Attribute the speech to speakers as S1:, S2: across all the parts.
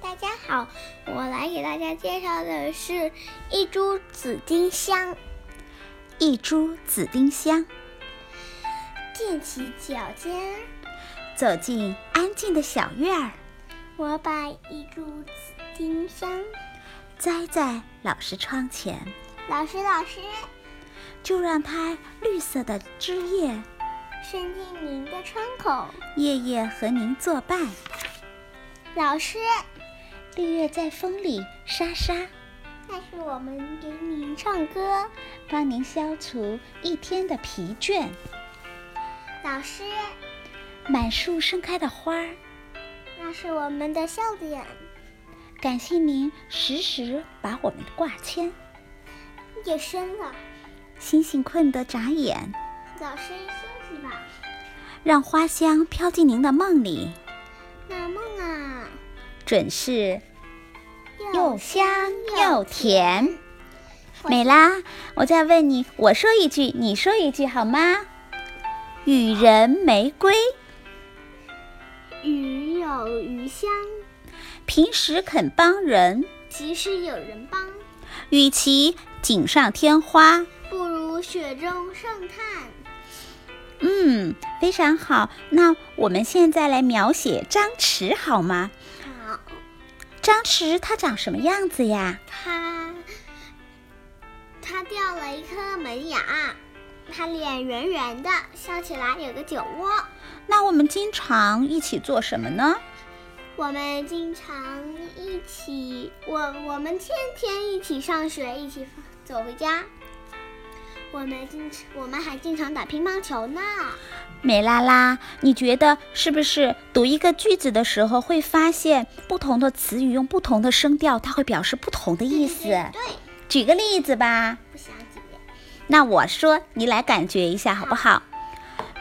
S1: 大家好，我来给大家介绍的是一株紫丁香。
S2: 一株紫丁香
S1: 踮起脚尖，
S2: 走进安静的小院儿，
S1: 我把一株紫丁香。
S2: 栽在老师窗前，
S1: 老师，老师，
S2: 就让它绿色的枝叶
S1: 伸进您的窗口。
S2: 夜夜和您作伴。
S1: 老师，
S2: 绿叶在风里沙沙，
S1: 那是我们给您唱歌。
S2: 帮您消除一天的疲倦。
S1: 老师，
S2: 满树盛开的花儿，
S1: 那是我们的笑点。
S2: 感谢您时时把我们挂牵。
S1: 夜深了，
S2: 星星困得眨眼，
S1: 老师休息吧。
S2: 让花香飘进您的梦里，
S1: 那梦啊，
S2: 准是又香
S1: 又
S2: 又甜。美拉，我再问你，我说一句，你说一句好吗？雨人玫瑰，
S1: 雨有余香。
S2: 平时肯帮人，
S1: 即使有人帮，
S2: 与其锦上添花，
S1: 不如雪中送炭。
S2: 嗯，非常好。那我们现在来描写张弛好吗？
S1: 好，
S2: 张弛它长什么样子呀？
S1: 他他掉了一颗门牙，他脸圆圆的，笑起来有个酒窝。
S2: 那我们经常一起做什么呢？
S1: 我们经常一起，我我们天天一起上学，一起走回家。我们经我们还经常打乒乓球呢。
S2: 美拉拉，你觉得是不是读一个句子的时候会发现不同的词语用不同的声调，它会表示不同的意思？
S1: 对，
S2: 举个例子吧，
S1: 不想姐姐。
S2: 那我说，你来感觉一下好不好？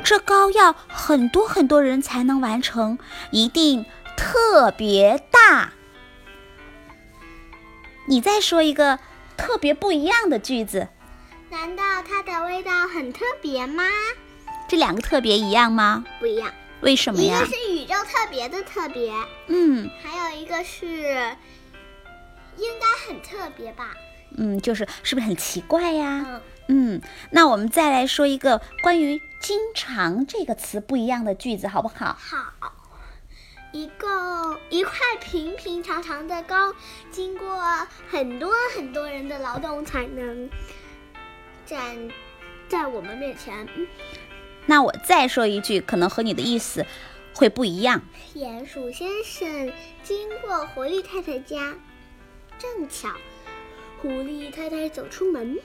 S2: 这膏药很多很多人才能完成，一定特别大。你再说一个特别不一样的句子，
S1: 难道它的味道很特别吗？
S2: 这两个特别一样吗？
S1: 不一样，
S2: 为什么
S1: 一
S2: 呀
S1: 个？是宇宙特别的特别，
S2: 嗯
S1: 还有一个是应该很特别吧？
S2: 嗯，就是是不是很奇怪呀、
S1: 嗯，
S2: 嗯，那我们再来说一个关于“经常”这个词不一样的句子，好不好？
S1: 好。一共一块平平常常的糕，经过很多很多人的劳动才能站在我们面前。嗯
S2: 那我再说一句，可能和你的意思会不一样。
S1: 鼹鼠先生经过狐狸太太家，正巧狐狸太太走出门，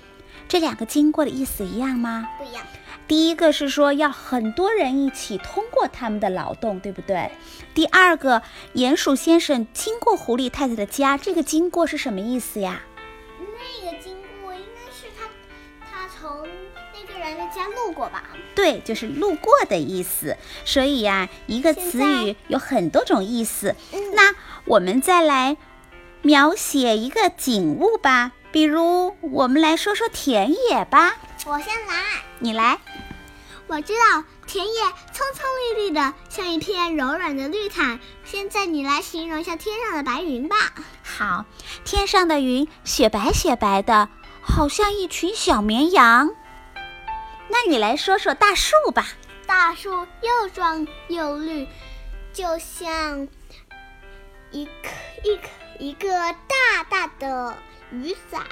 S2: 这两个经过的意思一样吗？
S1: 不一样。
S2: 第一个是说要很多人一起通过他们的劳动，对不对？第二个，鼹鼠先生经过狐狸太太的家，这个经过是什么意思呀？
S1: 那个经过应该是他，他从那个人的家路过吧？
S2: 对，就是路过的意思。所以呀、一个词
S1: 现
S2: 语有很多种意思。
S1: 嗯
S2: 那我们再来描写一个景物吧，比如我们来说说田野吧。
S1: 我先来。
S2: 你来，
S1: 我知道田野葱葱绿绿的，像一片柔软的绿毯。现在你来形容一下天上的白云吧。
S2: 好，天上的云雪白雪白的，好像一群小绵羊。那你来说说大树吧。
S1: 大树又壮又绿，就像一颗一颗一个大大的雨伞。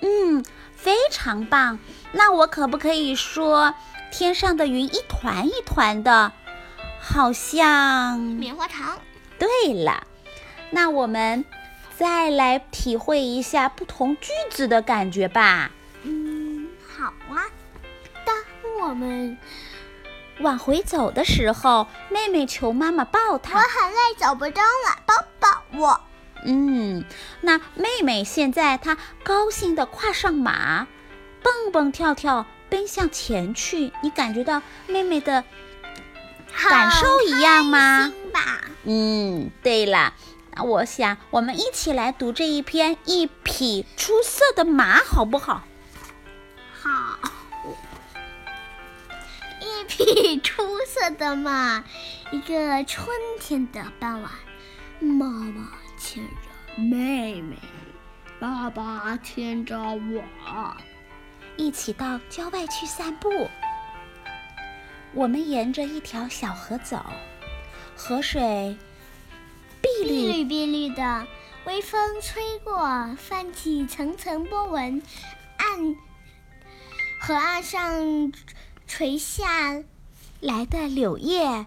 S2: 嗯，非常棒。那我可不可以说，天上的云一团一团的，好像……
S1: 棉花糖，
S2: 对了，那我们再来体会一下不同句子的感觉吧。
S1: 嗯，好啊。当我们
S2: 往回走的时候，妹妹求妈妈抱
S1: 我
S2: 她。
S1: 很累，走不动了，抱抱我。
S2: 嗯，那妹妹现在她高兴地跨上马，蹦蹦跳跳奔向前去。你感觉到妹妹的感受一样吗？
S1: 心吧，
S2: 嗯，对了，那我想我们一起来读这一篇《一匹出色的马》，好不好？
S1: 好。一匹出色的马，一个春天的傍晚，妈妈
S3: 牵着妹妹，爸爸牵着我。
S2: 一起到郊外去散步。我们沿着一条小河走，河水碧
S1: 碧
S2: 绿，
S1: 绿碧绿的，微风吹过，泛起层层波纹，岸河岸上垂下
S2: 来的柳叶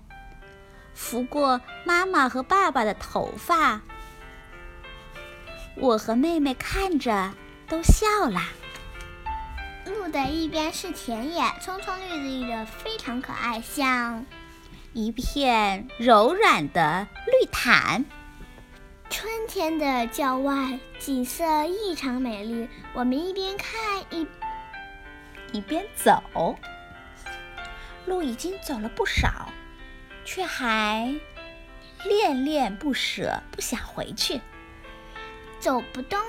S2: 拂过妈妈和爸爸的头发。我和妹妹看着都笑了。
S1: 路的一边是田野，葱葱绿绿的，非常可爱，像
S2: 一片柔软的绿毯。
S1: 春天的郊外，景色异常美丽。我们一边看一
S2: 一边走。路已经走了不少，却还恋恋不舍，不想回去。
S1: 走不动。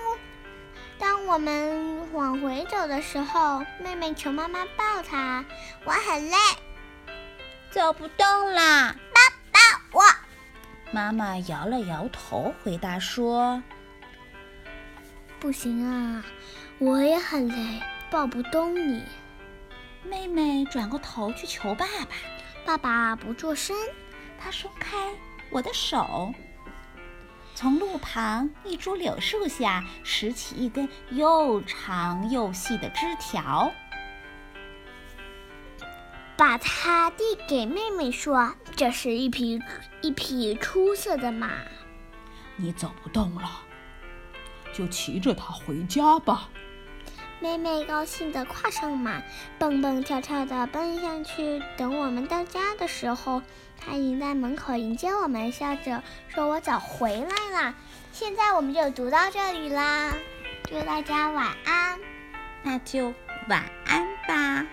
S1: 当我们往回走的时候，妹妹求妈妈抱她，我很累，
S2: 走不动啦！
S1: 抱我。
S2: 妈妈摇了摇头，回答说
S1: 不行啊，我也很累，抱不动你。：“
S2: 妹妹转过头去求爸爸，
S1: 爸爸不作声，
S2: 他松开我的手。”从路旁一株柳树下拾起一根又长又细的枝条，
S1: 把它递给妹妹说：“这是一匹一匹出色的马。”
S3: 你走不动了，就骑着它回家吧。
S1: 妹妹高兴地跨上马，蹦蹦跳跳地奔上去。等我们到家的时候，她已经在门口迎接我们，笑着说：“我早回来啦！”现在我们就读到这里啦，祝大家晚安。
S2: 那就晚安吧。